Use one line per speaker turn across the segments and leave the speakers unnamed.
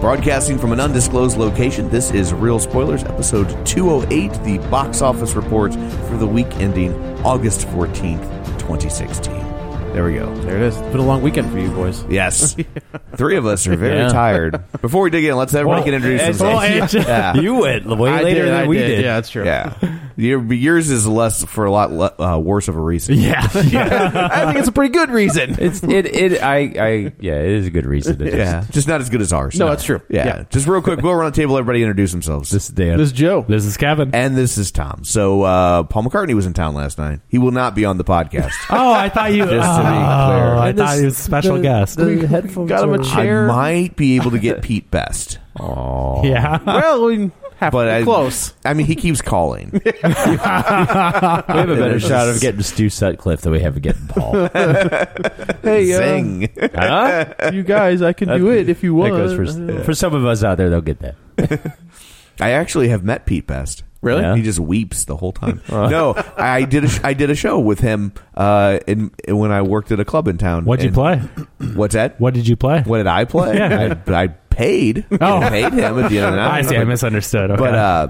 Broadcasting from an undisclosed location, this is Real Spoilers, episode 208, the box office report for the week ending August 14th, 2016. There we go.
There it is. It's been a long weekend for you boys.
Yes. Three of us are very
Yeah. eh,
tired. Before we dig in, let's everybody get introduced. themselves. yeah.
You went way
I
later
did,
than
I
we
did.
did. Yeah, that's true.
yeah. Your, yours is less for a lot le- uh, worse of a reason.
Yeah.
I think it's a pretty good reason.
It's it it I I yeah it is a good reason to just
yeah. Just not as good as ours.
No, that's true.
Yeah.
Yeah.
Just real quick, go around the table. Everybody introduce themselves.
this is Dan
This is Joe.
this is Kevin
And this is Tom. So uh, Paul McCartney was in town last night. He will not be on the podcast.
oh I thought you
Just to be clear.
I thought he was a special guest
Got him a
I
chair.
might be able to get Pete Best,
yeah
well, we have
but I,
to close.
I mean, he keeps calling.
we have a
It
better
is.
shot of getting Stu Sutcliffe than we have of getting Paul
Hey, uh,
Zing.
huh?
you guys, I can do it if you
that
want.
goes for for some of us out there they'll get that
I actually have met Pete Best.
Really? Yeah.
He just weeps the whole time. no, I did. A sh- I did a show with him uh, in, when I worked at a club in town.
What'd you
And-
play?
What's that?
what did you play
What did I play?
Yeah.
I, I paid.
Oh.
I paid him at the end of the night.
I see I
But-
misunderstood okay.
But uh,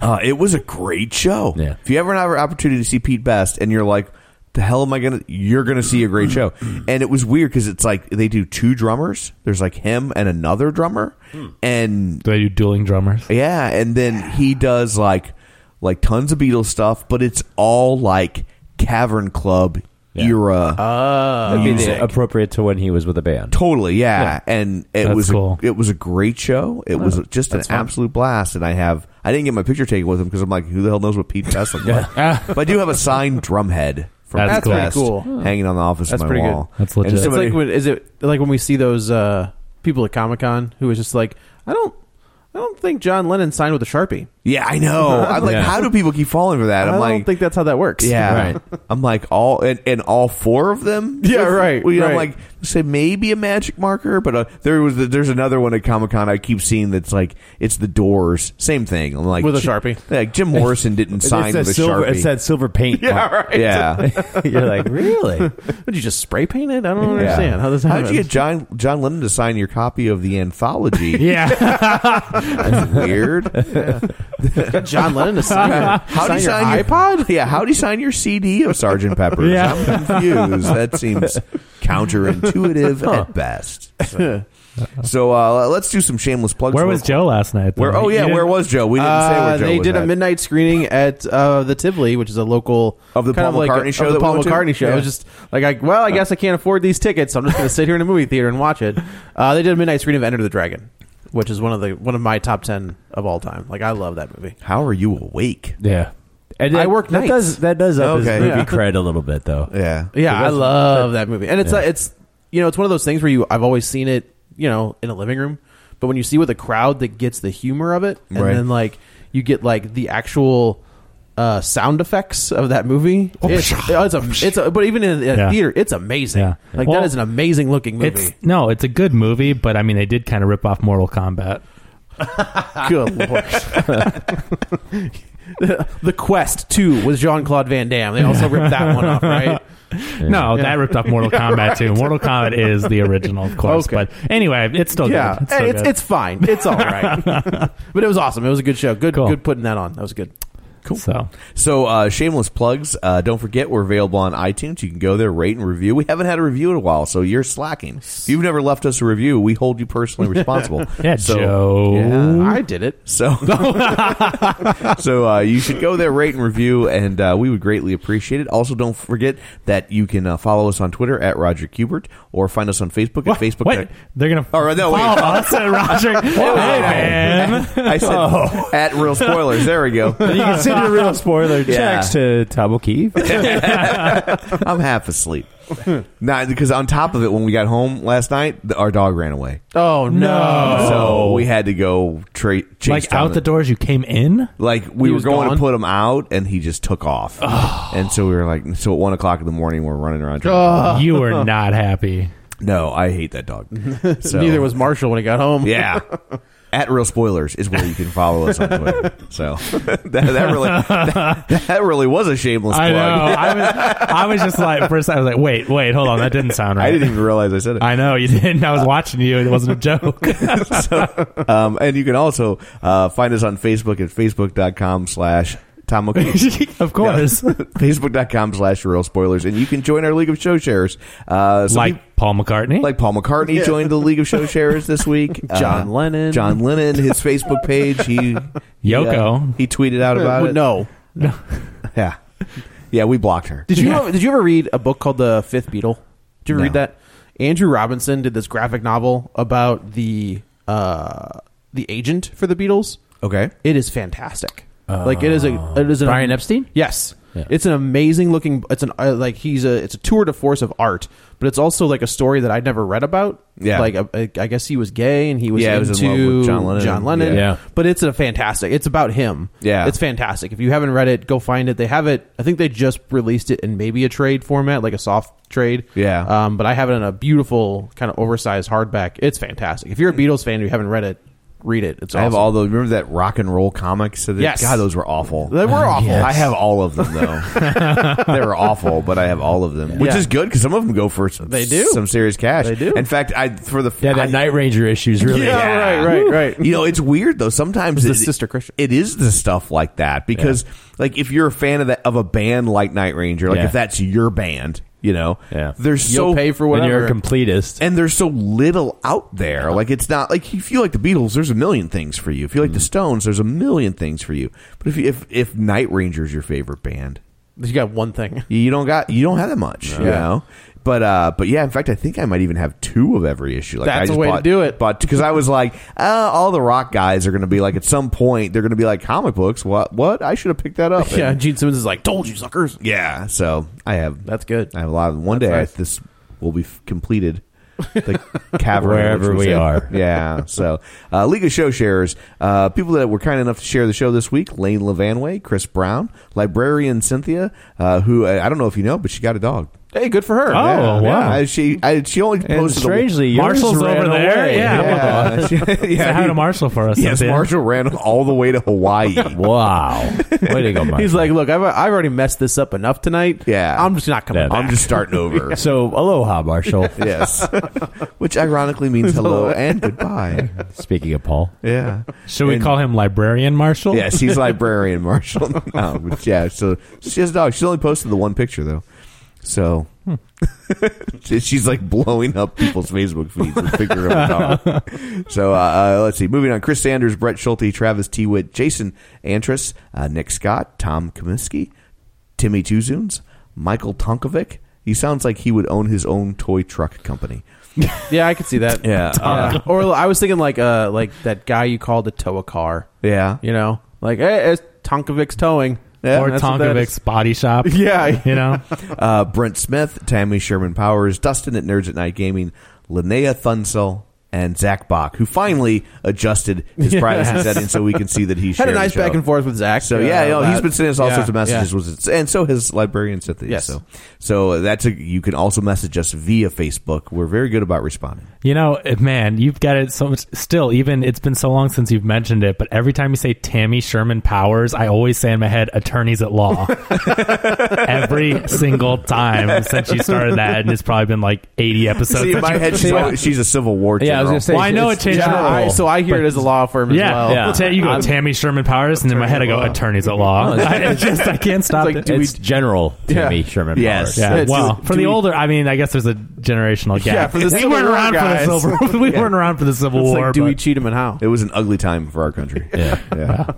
uh, it was a great show.
Yeah.
If you ever have an opportunity to see Pete Best, and you're like, the hell am I gonna? You're gonna see a great show.
Hmm.
And it was weird because it's like they do two drummers. There's like him and another drummer,
Hmm.
and
do they do dueling drummers
yeah, and then he does like like tons of Beatles stuff, but it's all like Cavern Club
Yeah. Oh,
era. Uh, music.
appropriate to when he was with a band
Totally, yeah. And it
That's
was
cool.
a, it was a great show. It
Oh,
was just an absolute blast. And I have I didn't get my picture taken with him because I'm like, who the hell knows what Pete Best looks like? but I do have a signed drumhead from
That's
Pete
cool.
Best
That's
pretty cool.
hanging on the office
That's
of my
pretty good.
wall.
That's
And
legit. It's
It's
somebody-
like when is it like when we see those uh, people at Comic Con who was just like, I don't, I don't think John Lennon signed with a sharpie.
yeah, I know. I'm like,
Yeah.
how do people keep falling for that?
I
I'm
don't
like,
think that's how that works.
yeah. I'm like all and, and all four of them.
Yeah, right,
Well, you know, I'm
right.
like say maybe a magic marker, but uh, there was there's another one at Comic Con I keep seeing that's like it's the Doors, same thing. I'm like
With a
Jim-
Sharpie.
Like Jim Morrison didn't sign with a
silver
Sharpie.
it said silver paint
yeah, right. Yeah.
you're like really
Would you just spray paint it? I don't understand how this
How'd
happens.
you get John John Lennon to sign your copy of the anthology?
yeah
That's weird.
John Lennon to sign,
How do you
your
sign your iPod? Yeah, how do you sign your CD of Sergeant Pepper's?
Yeah.
I'm confused. That seems counterintuitive at best. So, so, uh, let's do some shameless plugs.
where
real
was
quick.
Joe last night though?
Where? Oh yeah,
You
where
didn't-
was Joe? We didn't say
Uh,
where Joe
they
was
did
at.
a midnight screening at uh, the Tivoli, which is a local
Of the
kind
Paul
like
McCartney
of
show
the
that we
Paul
went to?
McCartney show.
Yeah.
It was just like, I, well, I guess I can't afford these tickets, so I'm just going to sit here in a movie theater and watch it. Uh, they did a midnight screening of Enter the Dragon, which is one of the one of my top ten of all time. Like I love that movie.
How are you awake?
yeah and
I
that-
work
that
nights.
does that does up
Okay.
his movie
Yeah.
cred a little bit though
Yeah.
Yeah, I
that's-
love that movie, and it's uh, it's you know it's one of those things where you I've always seen it you know in a living room, but when you see with a crowd that gets the humor of it, and
Right.
then like you get like the actual uh, sound effects of that movie, it's, oh, it's a it's a but even in a
Oh Yeah.
theater, it's amazing.
Yeah.
Like
Well,
that is an amazing looking movie.
It's no, it's a good movie, but I mean, they did kind of rip off Mortal Kombat.
Good lord. the Quest 2 was Jean Claude Van Damme. They also ripped that one off, right?
No,
Yeah.
that ripped off Mortal
Yeah,
Kombat too.
right.
Mortal Kombat is the original, of course.
Okay.
But anyway, it's still
yeah,
good. It's, still
it's,
good.
it's fine. It's all right. but it was awesome. It was a good show. Good, good putting that on. That was good.
Cool. So,
so uh, shameless plugs. Uh, don't forget we're available on iTunes. You can go there, rate and review. We haven't had a review in a while, so you're slacking. If you've never left us a review, we hold you personally responsible.
Yeah, Joe.
I did it.
So, so uh, you should go there, rate and review, and uh, we would greatly appreciate it. Also, don't forget that you can uh, follow us on Twitter at Roger Kubert or find us on Facebook at Facebook.
wait, they're gonna
Oh,
Or, no, wait.
follow us at Roger.
Oh,
Hey,
no.
man.
I said
Oh.
at real spoilers. There we go.
you can send your real spoiler
Yeah.
checks to Tom O'Keefe.
I'm half asleep. Not because on top of it, when we got home last night, th- our dog ran away,
Oh, no.
so we had to go tra- chase
like
down
out the
it.
doors you came in.
Like we
He
were
was
going
gone?
to put him out, and he just took off, and so we were like, so at one o'clock in the morning, we're running around. trying to
Uh.
You were not happy.
No, I hate that dog. So,
Neither was Marshall when he got home.
yeah. At real spoilers is where you can follow us on Twitter. So that, that really that, that really was a shameless plug.
I know. I was, I was just like, first I was like, wait, wait, hold on, that didn't sound right.
I didn't even realize I said it.
I know you didn't. I was watching you. It wasn't a joke.
um, and you can also uh, find us on Facebook at facebook.com slash Tom O'Keefe.
of course,
No, facebook.com slash real spoilers. And you can join our League of Show Sharers. Uh, some
like
peop-
Paul McCartney.
like Paul McCartney joined the League of Show Sharers this week. Uh,
John Lennon.
John Lennon, his Facebook page. He he, uh,
Yoko.
He, tweeted out about it.
No.
Yeah. Yeah, we blocked her.
Did you ever, did you ever read a book called The Fifth Beatle? Did you ever read
No.
that? Andrew Robinson did this graphic novel about the uh, the agent for the Beatles.
Okay.
It is fantastic. like it is a it is an
Brian Epstein?
Yes, it's an amazing looking. It's an uh, like he's a it's a tour de force of art, but it's also like a story that I'd never read about.
Yeah.
like uh, I guess he was gay and he was
Yeah, he was
into
in love with John Lennon.
Yeah.
but it's a fantastic. It's about him.
Yeah.
it's fantastic. If you haven't read it, go find it. They have it. I think they just released it in maybe a trade format, like a soft trade.
Yeah.
Um, but I have it in a beautiful kind of oversized hardback. It's fantastic. If you're a Beatles fan and you haven't read it, read it. It's
I have
awesome.
all those. Remember that rock and roll comics? So they-
Yes.
God, those were awful.
They were awful.
I have all of them though. they were awful, but I have all of them, which
Yeah.
is good because some of them go for some,
They do.
some serious cash.
They do.
In fact, I for the
Yeah, that
I-
Night Ranger issues really.
Yeah, right, right,
Woo.
right.
You know, it's weird though. Sometimes
It's the sister Christian.
It is the stuff like that because, like, if you're a fan of that of a band like Night Ranger, like
Yeah.
if that's your band, you know,
Yeah.
there's
You'll
so
pay for
When you're
whatever.
a completist.
and there's so little out there. Like it's not like if you like the Beatles, there's a million things for you. If you like
Mm.
the Stones, there's a million things for you. But if you, if if Night Ranger's your favorite band,
you got one thing.
you don't got you don't have that much, you know. But uh, but yeah, in fact, I think I might even have two of every issue. Like
That's
I
a
just
way to
bought-
do it.
But because I was like, uh, all the rock guys are going to be like at some point they're going to be like comic books. What what? I should have picked that up.
Yeah,
And-
Gene Simmons is like, "Told you, suckers."
yeah. So I have
That's good.
I have a lot. Of, one
That's
day I,
nice.
this will be f- completed. The cavern,
Wherever
which was
we
it.
are.
yeah. So, uh, League of Show Sharers, uh, people that were kind enough to share the show this week: Lane Levanway, Chris Brown, librarian Cynthia, uh, who I, I don't know if you know, but she got a dog.
Hey, good for her.
Oh, wow.
I- she I, she only posted
And
a-
strangely, yours
Marshall's
ran
over there.
away.
Yeah.
yeah, she,
Say
yeah,
hi
he-
to Marshall for us.
Yes,
Cynthia.
Marshall ran all the way to Hawaii.
Wow. Way to go, Mike.
He's like, "Look, I've, I've already messed this up enough tonight.
Yeah.
I'm just not coming
Yeah.
back."
I'm just starting over.
so aloha, Marshall.
yes, which ironically means hello and goodbye.
Speaking of Paul,
Yeah.
Should we
And-
call him Librarian Marshall?
Yeah, she's librarian Marshall. now, but yeah, so she has a dog. She's only posted the one picture though, so she's like blowing up people's Facebook feeds with a picture of a dog. So uh, uh, let's see. Moving on, Chris Sanders, Brett Schulte, Travis T. Witt, Jason Antris, uh, Nick Scott, Tom Kaminsky, Timmy Tuzoons, Michael Tonkovic. He sounds like he would own his own toy truck company.
yeah, I could see that.
Yeah, uh,
Yeah. Or I was thinking like, uh, like that guy you called to tow a car.
yeah,
You know, like, hey, it's Tonkovic's towing.
Yeah.
Or
That's what that
Tonkovic's
is.
Body Shop.
Yeah.
You know?
uh, Brent Smith, Tammy Sherman Powers, Dustin at Nerds at Night Gaming, Linnea Thunsell, and Zach Bach, who finally adjusted his
Yes.
privacy setting so we can see that he
Had a
shared
nice
the show.
back and forth with Zach.
So yeah,
uh,
you know, he's
about-
been sending us all
yeah,
sorts of messages,
yeah.
with it, and so has librarian Cynthia.
Yes.
So, so that's a, you can also message us via Facebook. We're very good about responding.
You know, eh, man, you've got it so much. Still, even it's been so long since you've mentioned it, but every time you say Tammy Sherman Powers, I always say in my head, attorneys at law. every single time since you started that, and it's probably been like 80 episodes.
See, in my head, she's, always- she's a Civil War.
Yeah, I
general.
was gonna say, Well, I know it's- it changed yeah, the I- role, so I hear it but- as a
law firm
yeah, yeah. Ta- you go Tammy Sherman Powers, and in my head I go attorneys at law. it's just I can't stop
It's,
it.
General Timmy Sherman. Powers.
Yes. Yeah. Well, for the
old.
older, I mean, I guess there's a generational gap.
Yeah, for the
we
Civil
weren't
War
around
guys.
for the Civil We
Yeah.
weren't around for the Civil
It's like
War.
Dewey
but-
Cheatham and Howe.
It was an ugly time for our country. yeah, yeah.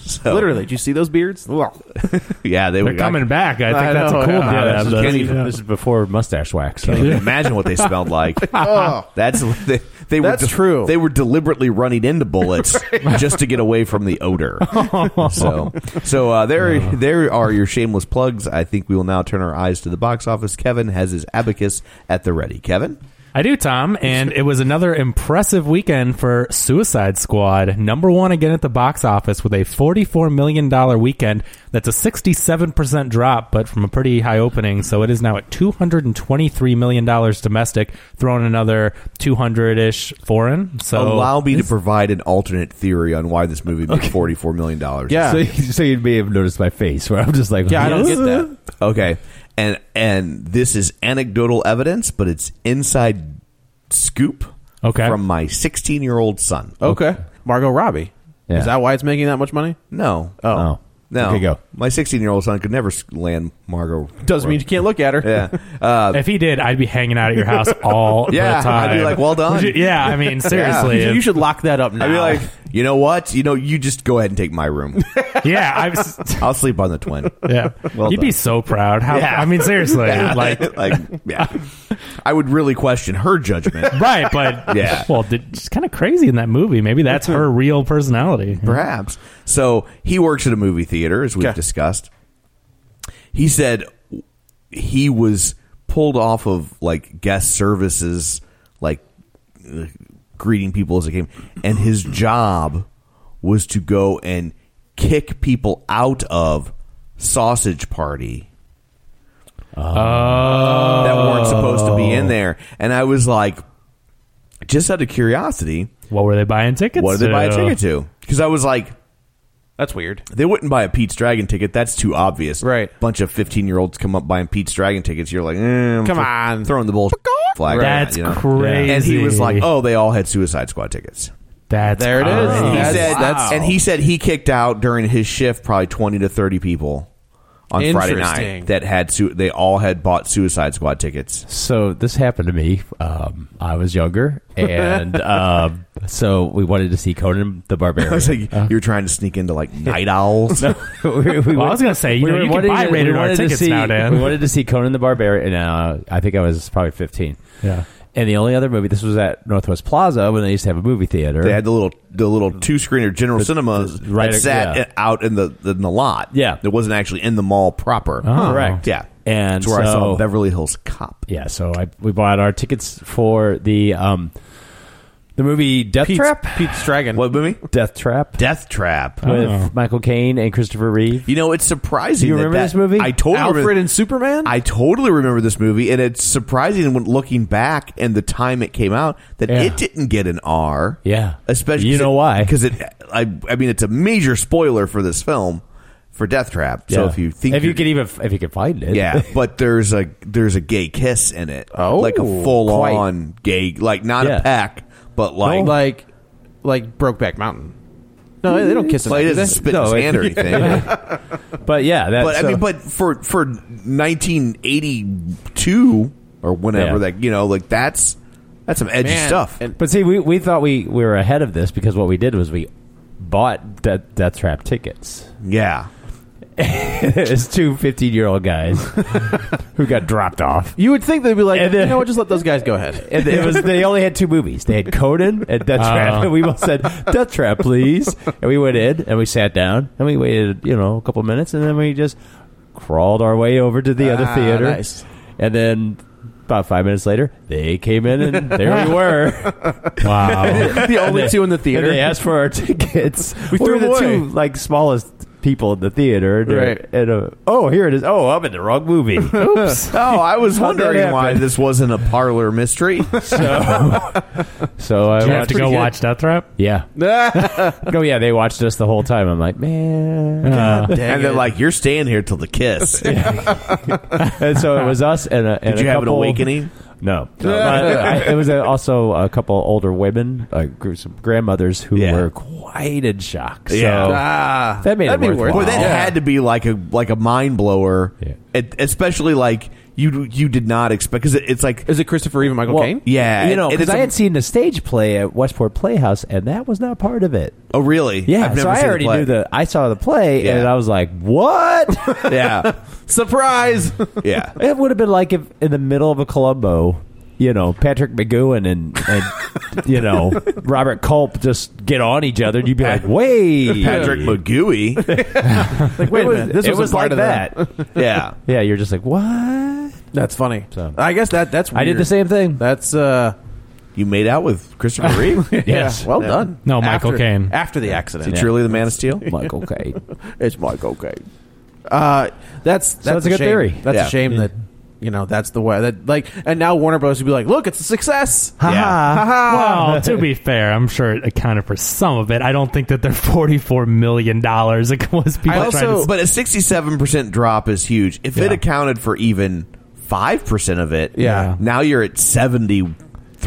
So-
Literally, did you see those beards? Well,
yeah, they
They're
were
coming back. I think that's a
know,
cool
yeah.
model.
Yeah, Uh, this, is,
Yeah.
can't even-
This is before mustache wax.
Can't even imagine what they smelled like.
Oh.
That's they, they were
That's
de-
true.
They were deliberately running into bullets just to get away from the odor.
Oh.
so, so uh, there, there are your shameless plugs. I think we will now turn our eyes to the box office. Kevin has his abacus at the ready. Kevin,
I do, Tom, and it was another impressive weekend for Suicide Squad. Number one again at the box office with a $44 million weekend. That's a 67% drop, but from a pretty high opening, so it is now at $223 million domestic, throwing another 200 ish foreign. So
Oh.
allow me to provide an alternate theory on why this movie made forty four million dollars.
So, so you'd be able to notice my face where I'm just like,
Okay, and and this is anecdotal evidence, but it's inside scoop. Okay, from my 16 year old son.
Okay. Margot Robbie.
Oh. Yeah.
Is that why it's making that much money?
No.
Oh.
No.
Okay, go.
My 16 year old son could never s- land Margot.
Doesn't mean you can't look at her.
Yeah. Uh,
If he did, I'd be hanging out at your house all
yeah,
the time.
I'd be like, well done.
Would you- yeah, I mean, seriously.
Yeah.
if-
lock that up
I'd be like, you know what? You know, you just go ahead and take my room.
yeah, I've,
I'll sleep on the twin.
yeah.
Well
You'd
done.
be so proud. How,
Yeah.
I mean, seriously.
Yeah.
Like,
like, yeah. I would really question her judgment.
right, but
Yeah.
Well, did, it's kind of crazy in that movie. Maybe that's her real personality.
Perhaps. So he works at a movie theater, as we've discussed. He said he was pulled off of like guest services, like uh, greeting people as they came, and his job was to go and kick people out of sausage party that weren't supposed to be in there. And I was like, just out of curiosity,
What were they buying tickets?
what did they buy a
to?
ticket to? Because I was like,
That's weird.
They wouldn't buy a Pete's Dragon ticket. That's too obvious. Right. Bunch of 15 year olds come up buying Pete's Dragon tickets. You're like, eh, I'm
Come
thro-
on.
Throwing the bull flag.
That's
around, you know?
crazy.
And he was like, oh, they all had Suicide Squad tickets.
That's
There it is.
crazy.
He
Oh, That's-
said,
that's-
And he said he kicked out during his shift probably 20 to 30 people on Friday
Interesting.
night that had, su- they all had bought Suicide Squad tickets.
So this happened to me. Um, I was younger, and um, so we wanted to see Conan the Barbarian.
I was like, you're trying to sneak into like night owls.
we,
Well, I was gonna say, you know, you can
wanted
buy
to-
rated
we
R
wanted to
tickets
see,
now, Dan.
We wanted to see Conan the Barbarian, and uh, I think I was probably 15.
Yeah.
And the only other movie, this was at Northwest Plaza when they used to have a movie theater.
They had the little the little two screener general cinemas
right-
that sat
yeah.
out in the in the lot.
Yeah.
it wasn't actually in the mall proper.
Oh. Correct.
Yeah,
And
that's where I saw
so-
Beverly Hills Cop.
yeah, so I, we bought our tickets for the um, the movie Death
Pete's,
Trap.
Pete's Dragon.
What movie?
Death Trap
Death Trap.
with Michael Caine and Christopher Reeve.
You know, it's
Do
surprising.
you
that
remember
that-
this movie?
I totally
Alfred
remember,
and Superman?
I totally remember this movie, and it's surprising when looking back and the time it came out that
Yeah.
it didn't get an R.
Yeah.
especially
You know why?
because it. I I mean, it's a major spoiler for this film for Death Trap. So
Yeah.
if you think
if you
you're-
could even if you could find it,
Yeah, but there's a there's a gay kiss in it.
Oh,
like a full on
quite.
gay, like not
Yeah.
a peck, but like
Oh, like, like, like Brokeback Mountain. No, they don't kiss in
like
that,
it
do
doesn't
they?
spit
No,
in
it-
his hand or anything.
but yeah, that's
But I mean, but for for 1982 or
Yeah.
whenever, like you know, like that's that's some edgy
Man,
stuff.
and-
But see, we, we thought we, we were ahead of this because what we did was we bought Death, Death Trap tickets.
yeah,
it's two 15 year old guys who got dropped off.
You would think they'd be like,
And then-
you know what? Just let those guys go ahead. Oh.
And it was they only had two movies. They had Conan and Death Trap. And we both said, Death Trap, please. And we went in and we sat down and we waited, you know, a couple minutes and then we just crawled our way over to the other
Ah,
theater.
nice.
And then
About five minutes later, they came in and there we were.
Wow.
The only
And
two in the theater.
And they asked for our tickets. we
threw
were the
them away.
two like smallest people in the theater. And,
Right.
And uh, oh, here it is. Oh, I'm in the wrong movie.
Oh, I was
How'd that
wondering why
happen?
this wasn't a parlor mystery.
so Oh, I
Did you have
watched-
to go watch Death Trap?
Yeah. oh yeah, they watched us the whole time. I'm like, man.
and they're like, "You're staying here till the kiss."
and so it was us and a. And
Did you
a
have an
couple-
awakening?
No, But I- it was a, also a couple older women, uh, gr- some grandmothers who
Yeah.
were quite in shock. So
Yeah.
Ah,
that made it
that'd be
worthwhile.
worth
Boy,
it.
that
Yeah.
had to be like a like a mind blower.
Yeah.
It- especially like you you did not expect because it, it's like
Is it Christopher Reeve and Michael
Well,
Caine?
yeah,
you know,
it-
because
it's
I
a-
had seen the stage play at Westport Playhouse, and that was not part of it.
oh really
Yeah,
I've never
so I
seen the
already
play.
knew the. I saw the play,
Yeah.
and I was like, "What?"
yeah
Surprise!
yeah
It would have been like if in the middle of a Columbo, you know, Patrick McGowan and, and you know Robert Culp just get on each other, and you'd be like, "Wait,
Patrick McGooey
Like,
Wait a
it was,
minute, this
it
wasn't
was
part
like
of
that."
yeah
yeah, you're just like, "What?"
That's funny.
So.
I guess that that's. Weird.
I did the same thing.
That's uh,
you made out with Christopher Reeve yes
yeah, well done.
No, Michael
After-
Caine.
after the
is he
accident.
truly the Man of Steel
Like, okay,
It's Michael Caine. Uh, that's that's,
that's a good
shame.
theory.
That's
Yeah.
a shame that you know that's the way that like. And now Warner Bros. would be like, look, it's a success.
Well, to be fair, I'm sure it accounted for some of it. I don't think that they're 44 million dollars. It was people
But-
trying to.
but a sixty-seven percent drop is huge. If it
Yeah.
accounted for even five percent of it,
Yeah.
now you're at seventy-three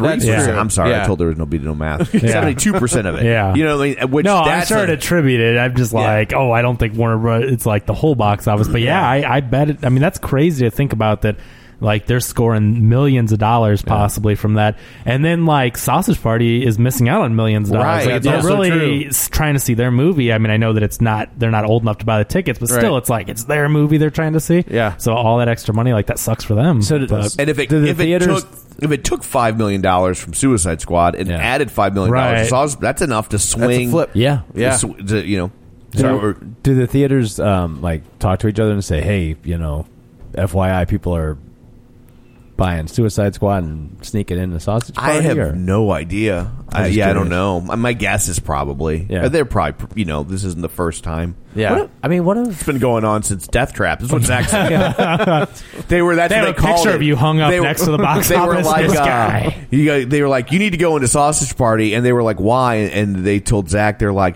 That's
percent.
true.
I'm sorry, I
Yeah.
told there was no be no math. Seventy-two percent of it.
Yeah.
you know, what I mean? which
no, I'm
that's
sure
a-
it attributed. I'm just like, oh, I don't think Warner. Bros. It's like the whole box office, but yeah, I, I bet. It, I mean, that's crazy to think about that. Like they're scoring millions of dollars possibly from that, and then like Sausage Party is missing out on millions of dollars.
Right,
Like, if
that's
they're
also
really
true.
s- trying to see their movie. I mean, I know that it's not they're not old enough to buy the tickets, but still,
Right.
it's like it's their movie they're trying to see.
Yeah.
So all that extra money, like that sucks for them.
So did-
But-
and if it
Do the
if it
theaters-
took if it took five million dollars from Suicide Squad and
Yeah.
added five million
Right.
dollars, so that's enough to
That's
swing.
a flip.
yeah,
Yeah.
to sw- to, you know, sorry,
Do,
or-
do the theaters um, like talk to each other and say, "Hey, you know, FYI, people are buying Suicide Squad and sneaking in the sausage
I
party"?
have
or-
no idea.
I'm
I,
just
yeah, I don't
curious.
know. My- My guess is probably.
Yeah.
They're probably. You know, this isn't the first time.
Yeah.
What if- I mean, what if
It's been going on since Death Trap. This is what Zach said. they were that's
They
what
have a
called
picture
it.
of you hung up
They
next to the box
they Were
office,
like,
this
uh,
guy.
you got- they were like, you need to go into sausage party, and they were like, why? And they told Zach, they're like,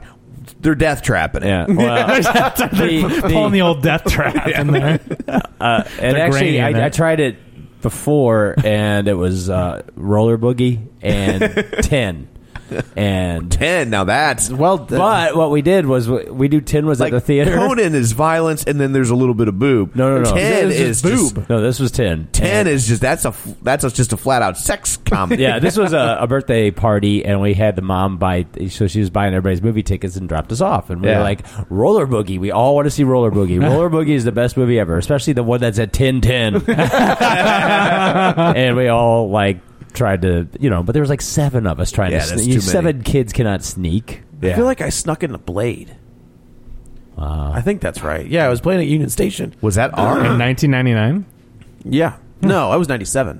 they're death trapping. it.
Yeah. Well,
they're
the-
pulling the old death trap in there.
uh, and
They're
actually,
grainy in
I, I
it.
tried it before, and it was uh, roller boogie and ten and.
Ten. Now that's
Well,
But what we did was we, we do ten was
like
at the theater.
Conan is violence, and then there's a little bit of boob.
No, no, no.
Ten
This
is
is
just
No, this was ten.
Ten
And-
is just that's a f- that's a, just a flat out sex comedy.
yeah, this was a, a birthday party, and we had the mom buy. So she was buying everybody's movie tickets and dropped us off, and we
Yeah.
were like, "Roller Boogie, we all want to see Roller Boogie. Roller Boogie is the best movie ever, especially the one that's at ten ten. and we all like tried to, you know, but there was like seven of us trying
Yeah,
to.
that's
Sneak. You-
too many.
seven kids cannot sneak.
I feel like I snuck in a blade. I think that's right. Yeah, I was playing at Union Station. Uh,
was that
In
R?
1999
Yeah. No, I was 97.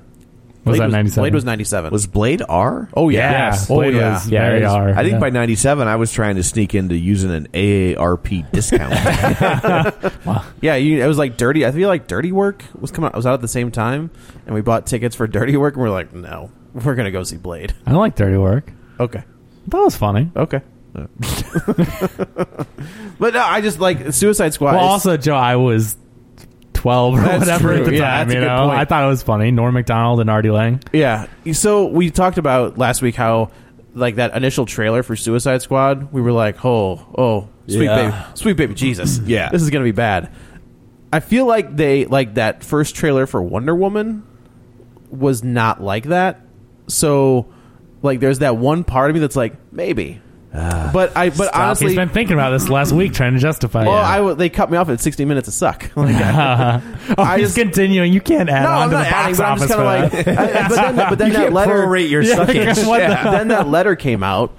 was
Blade
that 97?
Blade was 97.
Hmm. was Blade R?
oh, yeah.
Yes.
Oh,
Blade
yeah.
was
Yeah,
very
it is.
R.
I think
Yeah.
by '97, I was trying to sneak into using an AARP discount.
Yeah, you, it was like Dirty. I feel like Dirty Work was coming out. I was out at the same time, and we bought tickets for Dirty Work, and we are like, no, we're going to go see Blade.
I like Dirty Work.
Okay.
That was funny.
Okay. but no, I just like Suicide Squad.
Well,
is-
also, Joe, I was 12 or
That's
whatever
true.
at the
Yeah,
time.
that's a
You
good
know,
point.
I thought it was funny. Norm Macdonald and Artie Lang.
Yeah. So we talked about last week how like that initial trailer for Suicide Squad, we were like, oh, oh, sweet
Yeah.
baby, sweet baby Jesus,
Yeah.
this is gonna be bad. I feel like they like that first trailer for Wonder Woman was not like that. So like, there's that one part of me that's like, maybe.
but I, but
Stop.
honestly,
he's been thinking about this last week, trying to justify
well,
it.
I w they cut me off at 60 minutes of suck. Like, I,
oh, he's continuing. You can't add
no,
on
I'm
to
not
the box
adding, but I'm
office
just kind of like,
for that.
I- but then, but then
You
that
can't
letter
prorate your
Yeah,
suckage.
what the-
Yeah.
then that letter came out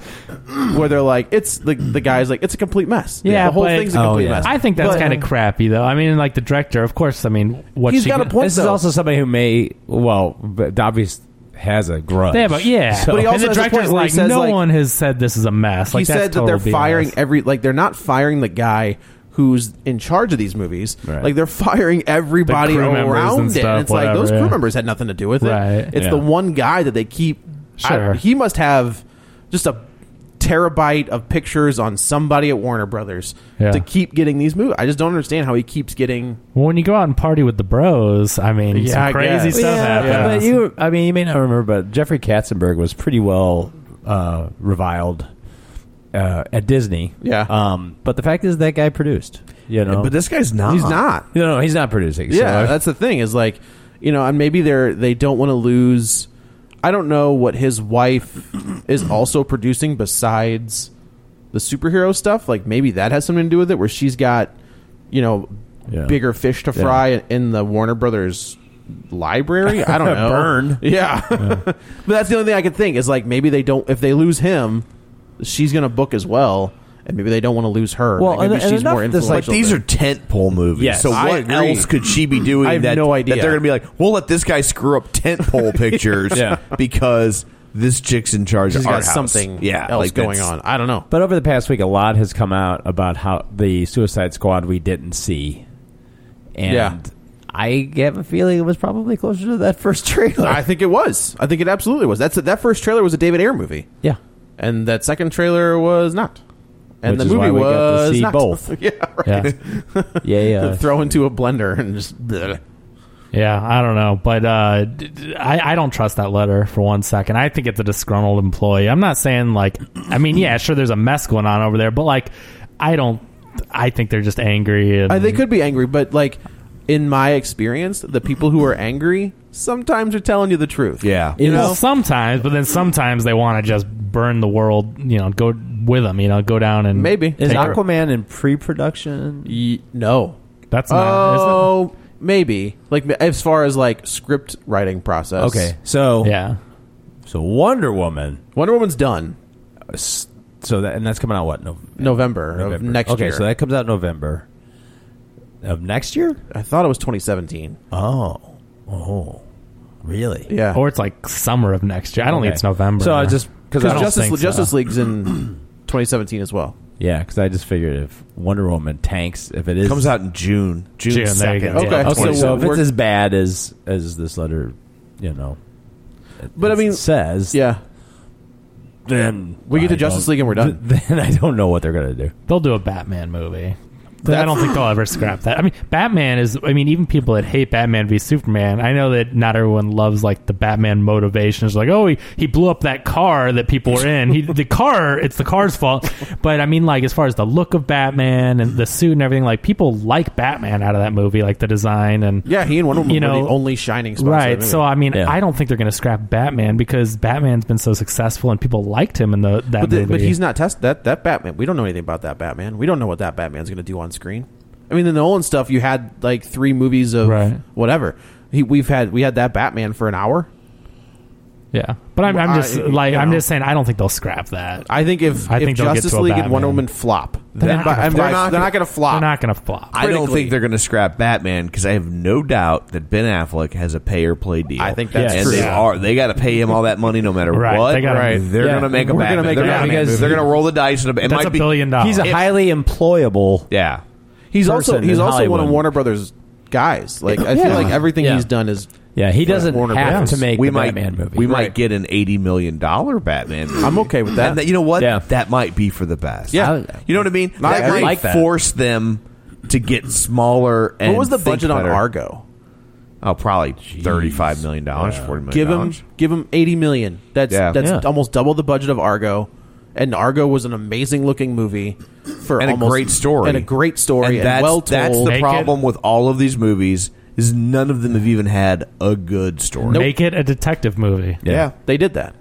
where they're like, it's the the guy's like, it's a complete mess.
Oh, yeah,
the whole
but-
thing's a complete mess.
I think that's
But-
kind of crappy, though. I mean, like the director, of course. I mean, what
He's
she
got a point,
This is also somebody who may well, but obvious has a grudge.
Yeah, but yeah,
So-
But he also
and the
has a
director's
point where he
like,
says,
no
like-
one has said this is a mess. Like
he
that's
said that
total
they're
BS.
firing every like they're not firing the guy who's in charge of these movies.
Right.
Like they're firing everybody
The crew members
around
and
it.
stuff,
it's like those
whatever,
crew
yeah.
members had nothing to do with it.
Right,
It's
yeah.
the one guy that they keep. I-
Sure.
he must have just a terabyte of pictures on somebody at Warner Brothers
Yeah.
to keep getting these movies. I just don't understand how he keeps getting.
Well, when you go out and party with the bros, I mean,
Yeah, I
some crazy
guess.
stuff
Yeah,
happens.
But you, I mean, you may not remember, but Jeffrey Katzenberg was pretty well uh, reviled uh, at Disney.
Yeah.
Um, but the fact is, that guy produced. You know,
But this guy's not.
He's not.
No, no, he's not producing.
Yeah,
so-
that's the thing is like, you know, and maybe they're they don't want to lose. I don't know what his wife is also producing besides the superhero stuff. Like maybe that has something to do with it, where she's got, you know,
Yeah.
bigger fish to
Yeah.
fry in the Warner Brothers library. I don't know.
Burn.
Yeah, but that's the only thing I could think is like maybe they don't if they lose him, she's gonna book as well. And maybe they don't want to lose her.
Well,
Like, maybe
and- and
she's more
enough this,
influential.
like,
But these
than-
are tent pole movies.
Yes.
so
I
what
agree.
else could she be doing
I have
that,
no idea.
that they're going to be like, we'll let this guy screw up tent pole pictures
Yeah.
because this chick's in charge
she's
of our
got something
yeah,
else
like
going
that's-
on. I don't know.
But over the past week, a lot has come out about how the Suicide Squad we didn't see, and
Yeah.
I have a feeling it was probably closer to that first trailer.
I think it was. I think it absolutely was. That's that first trailer was a David Ayer movie,
yeah,
and that second trailer was not. And
Which
the
is
movie
why we got to
was
see
not.
both.
yeah, right.
yeah.
yeah, yeah.
Throw into a blender and just. bleh.
Yeah, I don't know, but uh, d- d- I I don't trust that letter for one second. I think it's a disgruntled employee. I'm not saying like, I mean, yeah, sure, there's a mess going on over there, but like, I don't. I think they're just angry. And
I, they could be angry, but like in my experience, the people who are angry sometimes are telling you the truth.
Yeah.
you know.
Well, sometimes, but then sometimes they want to just burn the world. You know, go with them. You know, go down and
Maybe.
Is
take her-
Aquaman in pre-production?
Y- no.
That's not. isn't it?
Oh, maybe. Like as far as like script writing process.
Okay, so
Yeah.
so Wonder Woman,
Wonder Woman's done
s- so that and that's coming out what November,
November, of
November.
next
okay,
year.
so that comes out November of next year.
I thought it was 2017.
Oh, oh, really?
Yeah.
Or it's like summer of next year. I don't
Okay.
think it's November.
So I just because
Because
I
Justice
think so.
Justice League's in 2017 as well.
Yeah, because I just figured if Wonder Woman tanks, if it is
Comes out in June. June,
June, there you
2nd.
go.
Okay.
Yeah,
Oh,
okay,
so
so if it's
we're-
as bad as as this letter, you know,
But I
it
mean-
says
Yeah,
then
We get to
I
Justice
don't-
League and we're done.
th- Then I don't know what they're gonna do.
they'll do a Batman movie. But I
That's-
don't think they'll ever scrap that. I mean, Batman is. I mean, even people that hate Batman v Superman. I know that not everyone loves like the Batman motivations. Like, oh, he, he blew up that car that people were in. He the car. It's the car's fault. But I mean, like as far as the look of Batman and the suit and everything, like people like Batman out of that movie, like the design and
yeah. He and Wonder Woman
You
were
know,
the only shining spots.
Right. So I mean,
Yeah.
I don't think they're going to scrap Batman because Batman's been so successful and people liked him in the that
but,
movie.
the, but he's not test that that Batman. We don't know anything about that Batman. We don't know what that Batman's going to do on screen. I mean, the Nolan stuff. You had like three movies of
Right.
whatever. He, we've had we had that Batman for an hour.
yeah. But I'm, I'm
I-
just like
you
I'm
know.
just saying I don't think they'll scrap that.
I think if
I
if
think they'll get
Justice
to a
League and Wonder
Batman.
Woman flop,
They're
then
not
by-
gonna
I'm-
flop.
they're not going to
They're
flop.
not going to flop.
I don't
critically.
think they're going to scrap Batman because I have no doubt that Ben Affleck has a pay or play deal.
I think that's
and
true.
They
Yeah.
are they got to pay him all that money no matter
Right.
what.
They gotta- Right.
They're
Yeah.
going to make a
We're
Batman.
gonna make a
they're gonna-
Batman movie.
They're going to roll the dice. And it
That's
might
a
be,
billion dollars.
He's a
If-
highly employable.
Yeah.
He's also
person
he's
in
also one of
Hollywood.
Warner Brothers guys. Like I feel
Yeah.
like everything
Yeah.
he's done is.
Yeah, he doesn't
Warner
have
Brothers.
to make
we
the
might
Batman movie.
we
Right.
might get an eighty million dollar Batman. Movie.
I'm okay with
And
that.
that, you know what?
Yeah.
That might be for the best.
Yeah.
I-
You know what I mean?
I
that
agree.
might
Like that.
force them to get smaller. And
What was the
think
budget on
better.
Argo?
Oh, probably thirty-five million dollars, forty million.
give him
dollars.
give him 80 million that's
Yeah.
that's
Yeah.
almost double the budget of argo and argo was an amazing looking movie for
and
almost-
a great story
and a great story and,
that's,
well told
that's the
Make it-
problem with all of these movies is none of them have even had a good story
Make it a detective movie.
yeah. they did that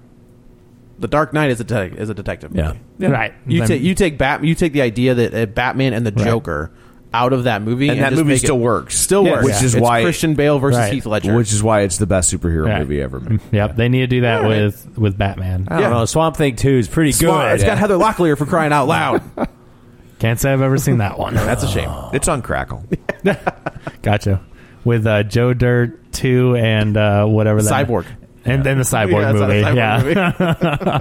The Dark Knight is a detec- is a detective.
Yeah.
movie.
Yeah. Right.
You
Then-
take you take Bat you take the idea that uh, Batman and the
Right.
Joker out of that movie,
And that
just
movie
make
still
it-
works.
still
Yeah.
works,
Which is
It's
why-
Christian Bale versus
Right.
Heath Ledger,
which is why it's the best superhero
Right.
movie ever made.
Yep, they need to do that with with Batman.
I don't know. Swamp Thing 2 is pretty
Swamp-
good.
It's got Heather Locklear for crying out loud.
Can't say I've ever seen that one.
That's a shame.
It's on Crackle.
Gotcha. With uh, Joe Dirt two and uh, whatever that
Cyborg.
and then the cyborg
Yeah, it's not a
movie.
cyborg
yeah.
movie.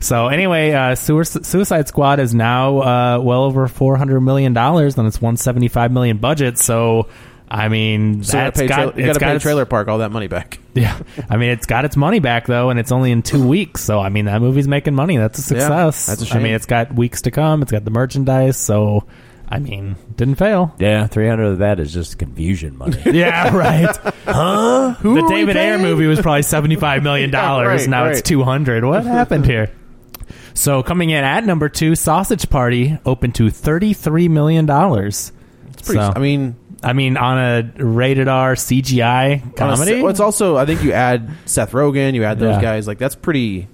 So anyway, uh, Sui- Suicide Squad is now uh, well over four hundred million dollars on its one seventy five million budget. So I mean,
So you gotta
that's
pay,
got,
tra-
it's
you gotta
got
pay
its-
Trailer Park all that money back.
Yeah, I mean, it's got its money back though, and it's only in two weeks. So I mean, that movie's making money. That's a
Yeah,
success.
that's a
I
shame.
mean, it's got weeks to come. It's got the merchandise. So I mean, didn't fail.
Yeah, 300 of that is just confusion money.
Yeah, right. huh? the David Ayer movie was probably seventy-five million dollars.
right,
now it's
right.
two hundred. What happened here? So coming in at number two, Sausage Party opened to thirty-three million dollars.
It's pretty- I mean,
I mean, on a rated R CGI
on a se-
comedy.
well, it's also I think you add Seth Rogen, you add those
Yeah.
guys, like that's pretty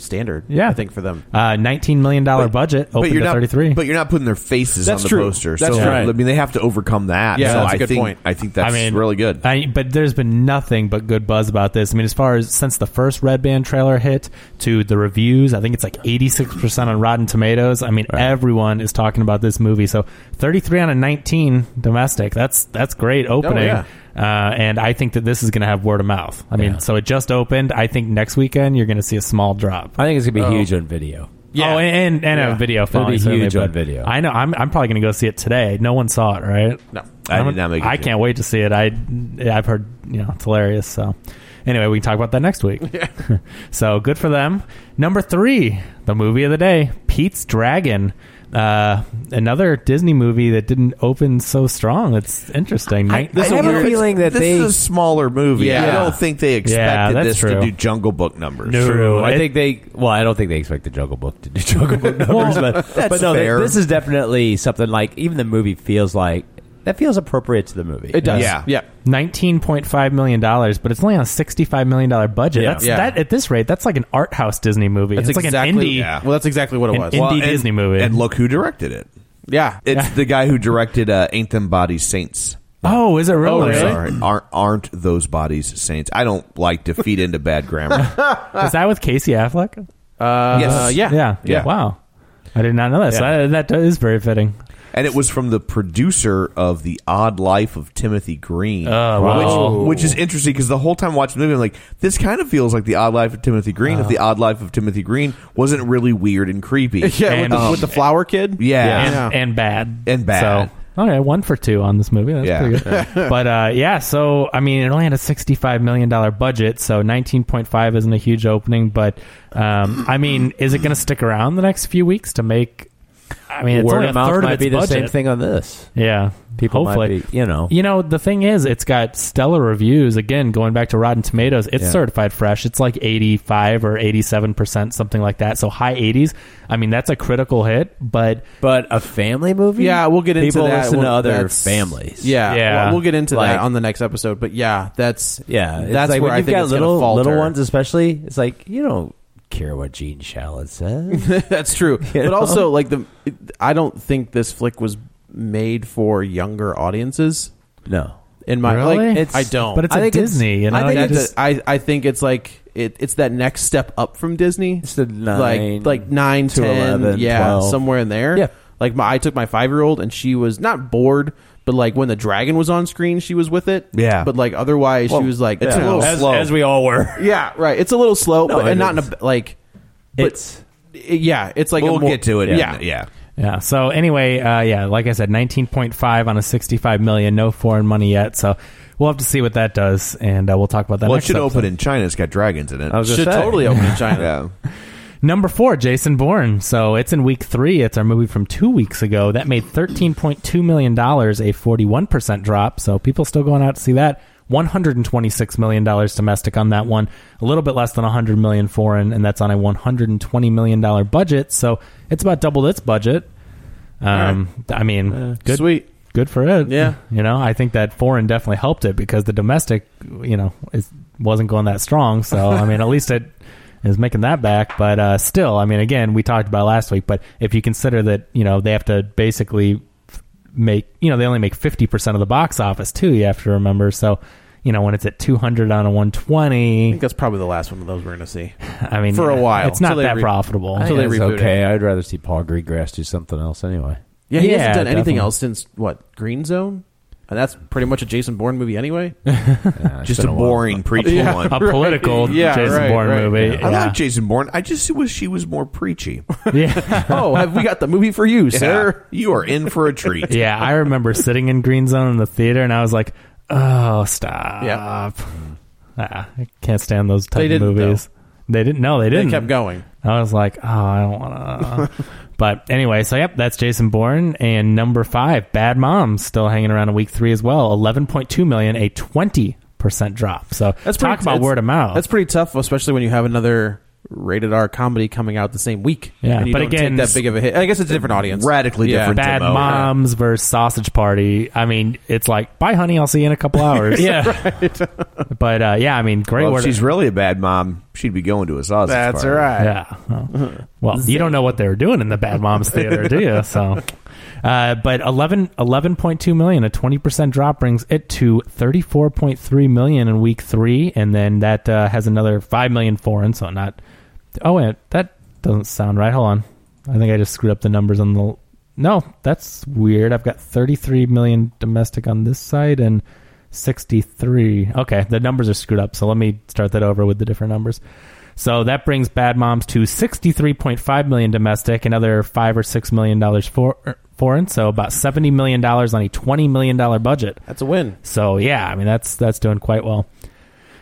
standard.
Yeah.
I think for them.
uh, nineteen million dollar
But-
budget
but
opened
you're
to
not,
thirty-three.
But you're not putting their faces
That's
on the
true.
poster.
That's
so
right.
I mean, they have to overcome that.
Yeah,
so
that's a
I
good
think
point.
I think that's
I mean,
really good.
I, but there's been nothing but good buzz about this. I mean, as far as since the first Red Band trailer hit to the reviews, I think it's like 86% on Rotten Tomatoes. I mean, everyone is talking about this movie. So 33 out of 19 domestic. That's that's great opening.
yeah.
Uh, and I think that this is going to have word of mouth. I mean,
Yeah.
so it just opened. I think next weekend you're going to see a small drop.
I think it's going to be huge on video.
Yeah. Oh, and and, and a video
It'll be
following certainly,
huge on
but
video.
I know. I'm, I'm probably going to go see it today. No one saw it, right?
No.
I
I'm-
did not make it
I
to.
can't wait to see it. I I've heard you know it's hilarious. So anyway, we can talk about that next week. so good for them. Number three, the movie of the day, Pete's Dragon. Uh, another Disney movie that didn't open so strong. It's interesting. Nin-
this I is have a weird- feeling that
this
they-
is a smaller movie.
Yeah.
I don't think they expected
Yeah, that's
this
true.
to do Jungle Book numbers.
True.
I
It-
think they. Well, I don't think they expect the Jungle Book to do Jungle Book numbers, but but no,
fair.
this is definitely something like even the movie feels like that feels appropriate to the movie.
It does.
Yeah.
Yeah.
Nineteen point five million dollars, but it's only on a sixty-five million dollar budget.
Yeah.
That's
Yeah.
that at this rate, that's like an art house Disney movie.
That's
it's
exactly
like an indie.
yeah.
Well, that's exactly what it
An
was.
indie
Well,
and-
Disney movie.
And look who directed it.
yeah.
It's the guy who directed uh, Ain't Them Bodies Saints.
Oh, is it really?
I'm sorry. Aren't, aren't those bodies saints? I don't like to feed into bad grammar.
Is that with Casey Affleck?
Uh,
yes.
Yeah.
Yeah.
Yeah.
Wow. I did not know that. So
Yeah.
that, that is very fitting.
and it was from the producer of The Odd Life of Timothy Green,
Oh,
wow.
which, which is interesting because the whole time watching the movie, I'm like, this kind of feels like The Odd Life of Timothy Green. if The Odd Life of Timothy Green wasn't really weird and creepy,
Uh-huh. Yeah, with,
And,
the,
um,
with the flower kid.
Yeah.
And,
Yeah.
and bad.
And bad.
So, okay, one for two on this movie. That's
Yeah.
pretty good. but uh, yeah, so I mean, it only had a $65 million budget, so 19.5 isn't a huge opening. But um, I mean, is it going to stick around the next few weeks to make. I mean, it's
Word
only
of
a
mouth
third
might
of its
be the
budget.
same thing on this.
Yeah.
People might
Hopefully.
be, you know.
You know, the thing is, it's got stellar reviews. Again, going back to Rotten Tomatoes, it's
Yeah.
certified fresh. It's like 85 or 87%, something like that. So high 80s. I mean, that's a critical hit, but
But a family movie?
Yeah, we'll get into
People
that.
listen
We'll-
to other
that's-
families.
Yeah,
Mm-hmm. Yeah.
We'll, we'll get into
Like-
that on the next episode. But yeah, that's
Yeah, it's
that's
like
where
when
I
you've
think
got
it's
little
gonna falter.
little ones, especially. It's like you don't care what Gene Shalit says.
that's true.
You
But
know?
also, like the, I don't think this flick was made for younger audiences.
no,
In my
Really?
like,
It's-
I don't.
but it's
Eh. I
a
think
Disney, you know,
I think
you
it's
just-
a- I I think it's like it, it's that next step up from Disney.
it's the nine,
like like nine,
to
10,
11,
yeah,
12.
somewhere in there.
Yeah.
Like my, I took my five year old and she was not bored, but like when the dragon was on screen, she was with it.
Yeah.
But like otherwise, she was like,
it's
you
a
know,
little
as,
slow.
as we all were.
yeah, right. It's a little slow,
No,
but
it
and not in
is.
a like. But
It's
it- yeah, it's like a
we'll
more-
get to it.
Yeah,
Yeah, yeah.
yeah. So anyway, uh, yeah, like I said, 19.5 on a 65 million, no foreign money yet. So we'll have to see what that does, and uh, we'll talk about that
Well, it
next
should
episode.
open in China. It's got dragons in it.
I was gonna
should
say.
totally open in China.
Yeah.
Number four, Jason Bourne. So it's in week three. It's our movie from two weeks ago that made thirteen point two million dollars, a forty one percent drop. So people still going out to see that. One hundred and twenty six million dollars domestic on that one. A little bit less than a hundred million foreign, and that's on a one hundred and twenty million dollar budget. So it's about double its budget. Um, I mean, good,
Uh, Sweet.
good for it.
Yeah.
you know, I think that foreign definitely helped it because the domestic, you know, is, wasn't going that strong. So I mean, at least it is making that back. But uh, still, I mean, again, we talked about last week, but if you consider that, you know, they have to basically make, you know, they only make 50% of the box office, too, you have to remember. So, you know, when it's at 200 on a 120. I think
that's probably the last one of those we're going to see.
I mean,
uh,
for a while.
It's not
Until they
that
re-
profitable.
Until they
It's
reboot it.
okay. I'd rather see Paul Greengrass do something else anyway.
Yeah, he hasn't done anything
definitely.
else since what Green Zone, and that's pretty much a Jason Bourne movie anyway.
Just a boring preachy one.
A political Jason Bourne movie.
I
Yeah.
like Jason Bourne. I just wish he was more preachy.
Yeah.
oh, have we got the movie for you,
Yeah.
sir?
You are in for a treat.
yeah, I remember sitting in Green Zone in the theater, and I was like, "Oh, stop! Ah, I can't stand those type
They
of
didn't,
movies. They didn't. No, they
They
didn't.
kept going.
I was like, "Oh, I don't want to." but anyway, so yep, that's Jason Bourne, and number five, Bad Moms, still hanging around in week three as well. Eleven point two million, a twenty percent drop. So
That's
talk about
pretty- that's-
word of mouth.
That's pretty tough, especially when you have another rated R comedy coming out the same week.
Yeah,
and you
but
don't
again,
take that big of a hit. I guess it's a different audience,
Radically
Yeah.
different
Bad
demo.
Moms versus Sausage Party. I mean, it's like, bye, honey. I'll see you in a couple hours. yeah. but uh, yeah, I mean, great
Well,
word.
if she's really a bad mom, she'd be going to a sausage
That's
party.
right.
yeah. Well, well, you don't know what they were doing in the Bad Moms Theater, do you? So, uh, but 11, 11.2 million, a 20% drop brings it to 34.3 million in week three. And then that uh, has another 5 million foreign. So not, oh, wait, that doesn't sound right. Hold on. I think I just screwed up the numbers on the, no, that's weird. I've got 33 million domestic on this side and 63. Okay, the numbers are screwed up. So let me start that over with the different numbers. So that brings Bad Moms to 63.5 million domestic, another 5 or 6 million dollars for er, foreign, so about 70 million dollars on a 20 million dollar budget.
That's a win.
So yeah, I mean that's that's doing quite well.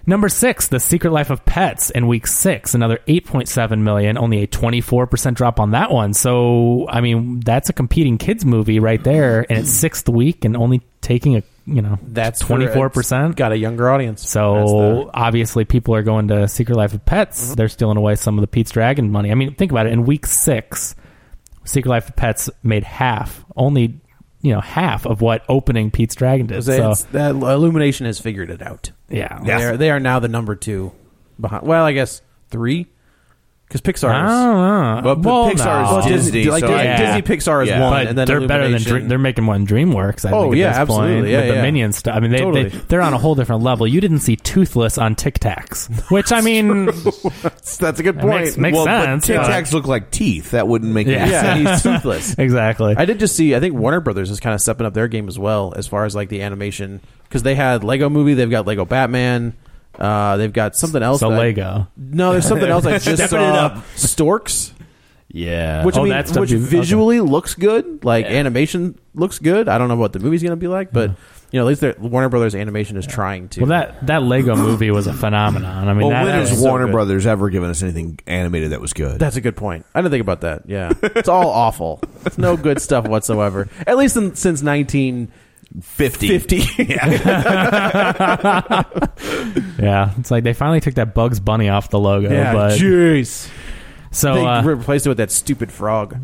Number six, The Secret Life of Pets in week six, another 8.7 million, only a 24% drop on that one. So, I mean, that's a competing kids movie right there in its sixth week and only taking a, you know,
That's for-
24%.
Got a younger audience. That's Mm-hmm.
So
the-
obviously, people are going to Secret Life of Pets. They're stealing away some of the Pete's Dragon money. I mean, think about it. In week six, Secret Life of Pets made half, only you know half of what opening Pete's Dragon did. So
it's- that Illumination has figured it out.
yeah,
They, are, they are now the number two behind. Well, I guess three, because Pixar.
I
is-
don't know.
But- but
Well,
Pixar
no.
is Disney,
Disney- like
so
Disney-
I-
Disney Pixar is
Yeah.
one,
But
and then
they're better than
Illumination.
Dream, they're making one DreamWorks. I
Oh,
think, at
yeah,
this Point,
absolutely. Yeah,
with the
yeah.
Minion stuff. I mean, they,
Totally.
they they're on a whole different level. You didn't see Toothless on Tic Tacs, which I mean,
That's a good
It makes- makes
well,
sense,
But Tic
but-
Tacs look like teeth. That wouldn't make
Yeah.
any sense.
yeah, he's toothless.
exactly.
I did just see. I think Warner Brothers is kind of stepping up their game as well, as far as like the animation, because they had Lego Movie, they've got Lego Batman, uh, they've got something else.
so
that I-
Lego.
no, there's something else I just
Stepping
saw.
it up.
Storks,
Yeah.
which
Oh,
I mean,
that's
which
W- okay.
visually looks good. Like animation looks good. I don't know what the movie's gonna be like, but you know, at least they're- Warner Brothers animation is trying to.
Well, that that Lego movie was a phenomenon. I mean,
Well,
that
when
is-
has
so
Warner
good.
Brothers ever given us anything animated that was good?
That's a good point. I didn't think about that. Yeah, it's all awful. It's no good stuff whatsoever. At least in, since
fifty.
1950.
yeah, it's like they finally took that Bugs Bunny off the logo. but
jeez.
so
They
uh,
replaced it with that stupid frog.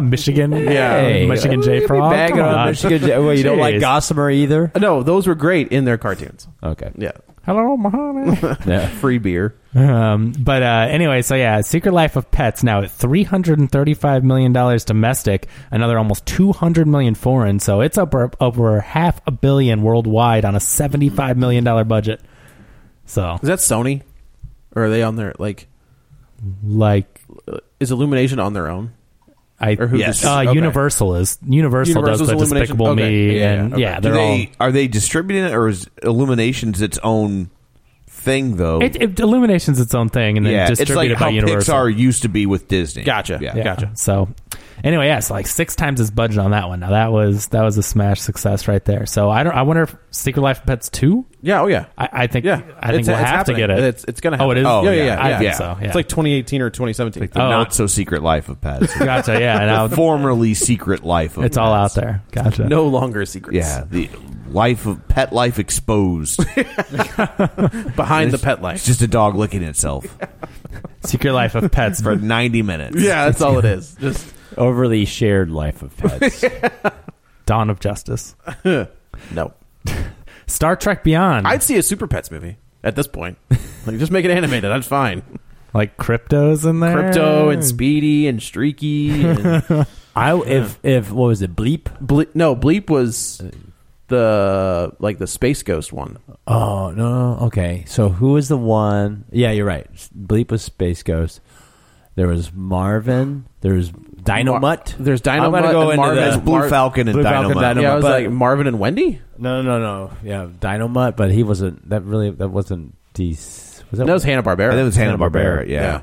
Michigan, yeah,
Hey,
Michigan
uh,
J.
we
Frog.
bagging
Come
on
on.
Michigan J- well, you don't like
Jeez.
Gossamer either?
No, those were great in their cartoons.
Okay.
Yeah,
Hello, my honey.
Yeah.
free beer.
um, but uh, anyway, so yeah, Secret Life of Pets now at three hundred and thirty-five million dollars domestic, another almost two hundred million foreign. So it's up over half a billion worldwide on a seventy-five million dollar budget. So
Is that Sony, or are they on their like?
like
Is Illumination on their own?
I
Or who
yes.
dis-
uh,
okay.
Universal is Universal does
Universal's
the
Illumination?
Despicable
Okay.
Me
Yeah,
and
yeah, okay.
yeah,
Do
they're
they, are they distributing it, or is Illuminations its own thing? Though,
all. It, it, Illumination's its own thing, and then
yeah, it's
distributed
like
by
how
Universal.
Pixar used to be with Disney.
Gotcha.
Yeah.
yeah. So anyway, yeah, so like six times his budget on that one. Now that was that was a smash success right there. So I don't. I wonder if Secret Life of Pets two.
Yeah. Oh yeah.
I, I think. I
Yeah.
think
It's-
we'll
it's
have to
happening.
get it.
It's it's gonna. Happen.
Oh, it is?
Oh,
yeah, yeah,
yeah,
yeah.
I
think
yeah.
so, yeah.
It's like 2018 or 2017.
The
Oh.
not so secret life of pets.
Gotcha. Yeah. And
the
I'll-
formerly secret life of
it's all out
pets.
there. Gotcha.
no longer secrets.
Yeah, the life of pet life exposed.
Behind the pet
It's
life.
just a dog licking itself
Secret Life of Pets.
for ninety minutes.
yeah, that's all it is. Just
Overly shared life of pets.
Dawn of Justice.
no.
Star Trek Beyond.
I'd see a Super Pets movie at this point. Like, just make it animated. That's fine.
like cryptos in there.
Crypto and Speedy and Streaky. And,
I if if what was it Bleep?
Bleep no Bleep was the like the Space Ghost one.
Oh no, no, okay. So who was the one? Yeah, you're right. Bleep was Space Ghost. There was Marvin. There's Dino
Mar-
Mutt.
There's Dino
I'm gonna
Mutt
go
and
into
Marvin.
the-
There's Blue Mar- Falcon and
Blue
Dino
Falcon,
Mutt. Yeah, I was
Mutt.
like, Marvin and Wendy.
No, no, no, no. Yeah, Dino Mutt, but he wasn't. That really, that wasn't. Dec- was that?
That was Hanna Barbera.
That was Hanna-Barbera, yeah.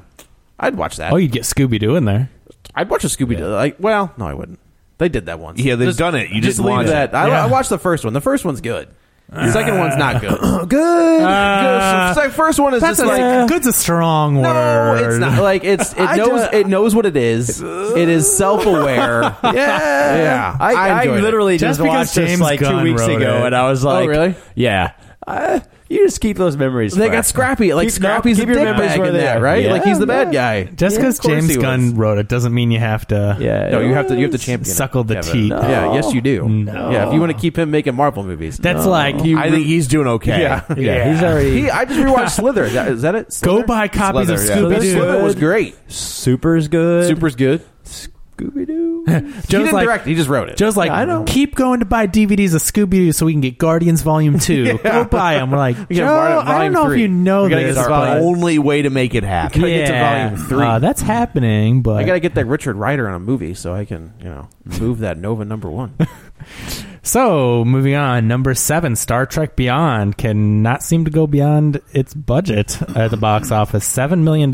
I'd watch that.
Oh, you'd get Scooby Doo in there.
I'd watch a Scooby Doo. Like, well, no, I wouldn't. They did that once.
Yeah, they've
Just-
done it. You
just
didn't
leave
watch
that.
it.
I,
Yeah.
I watched the first one. The first one's good. The second one's not good. good.
Uh,
good. So- so first one is
That's
just
a,
like
good's a strong
no,
word.
it's not. Like it's it
I
knows
don't-
it knows what it is. It is self aware. yeah, yeah.
I, I,
enjoyed it.
literally just,
Just because
watched this
James
like two
Gunn
weeks
wrote
ago,
it.
and I was like,
Oh, really?
Yeah. I, you just keep those memories.
They
fresh.
got Scrappy. Like
Keep-
Scrappy's
keep
a
your
dick
memories
bag
where
in
they
that,
are.
right?
Yeah,
like he's the bad
yeah.
guy.
Just
Yeah,
because
of course
James
he was.
Gunn wrote it doesn't mean you have to.
Yeah.
No, you have to you have to champion it.
Suckle the
Yeah, but-
teeth.
Yeah, yes you do.
No.
Yeah, if you want to keep him making Marvel movies,
That's
No.
like you.
I think he's doing okay.
Yeah.
Yeah, he's already
He, I just rewatched Slither. Is that- Is that it?
go
Slither?
buy copies
leather, yeah.
of
So
Scooby
that's
Doo.
what-
Slither was great.
super's good.
Super's good.
Scooby Doo.
He
Joe's
didn't
like,
direct. it, He just wrote it.
Joe's like,
I don't-
keep going to buy DVDs of Scooby Doo so we can get Guardians Volume Two. Go buy them. We're like,
We
Joe,
got Volume-
I don't
Volume
know if
Three.
you know
We gotta
this,
get to
but
Volume-
Only way to make it happen.
gotta get to
yeah,
Volume Three.
Uh, that's happening, but
I gotta get that Richard Ryder on a movie so I can you know move that Nova number one.
So, moving on, number seven, Star Trek Beyond cannot seem to go beyond its budget at the box office. $7 million, a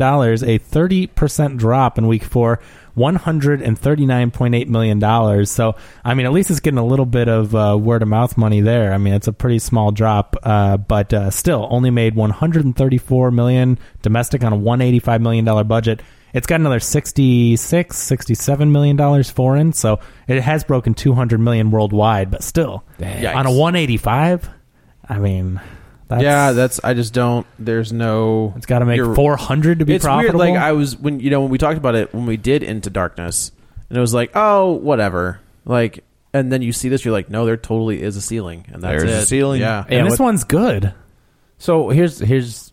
30% drop in week four, $139.8 million. So, I mean, at least it's getting a little bit of uh, word of mouth money there. I mean, it's a pretty small drop, uh, but uh, still only made $134 million domestic on a $185 million budget. It's got another 66, 67 million dollars foreign, so it has broken 200 million worldwide, but still
Yikes.
on a 185. I mean, that's,
yeah, that's I just don't. There's no.
it's got to make
you're-
400 to be
it's
profitable.
weird. Like I was when you know when we talked about it when we did Into Darkness, and it was like, oh, whatever. Like, and then you see this, you're like, no, there totally is a ceiling, and that's
There's
it.
a ceiling.
Yeah,
and this one's good.
So here's here's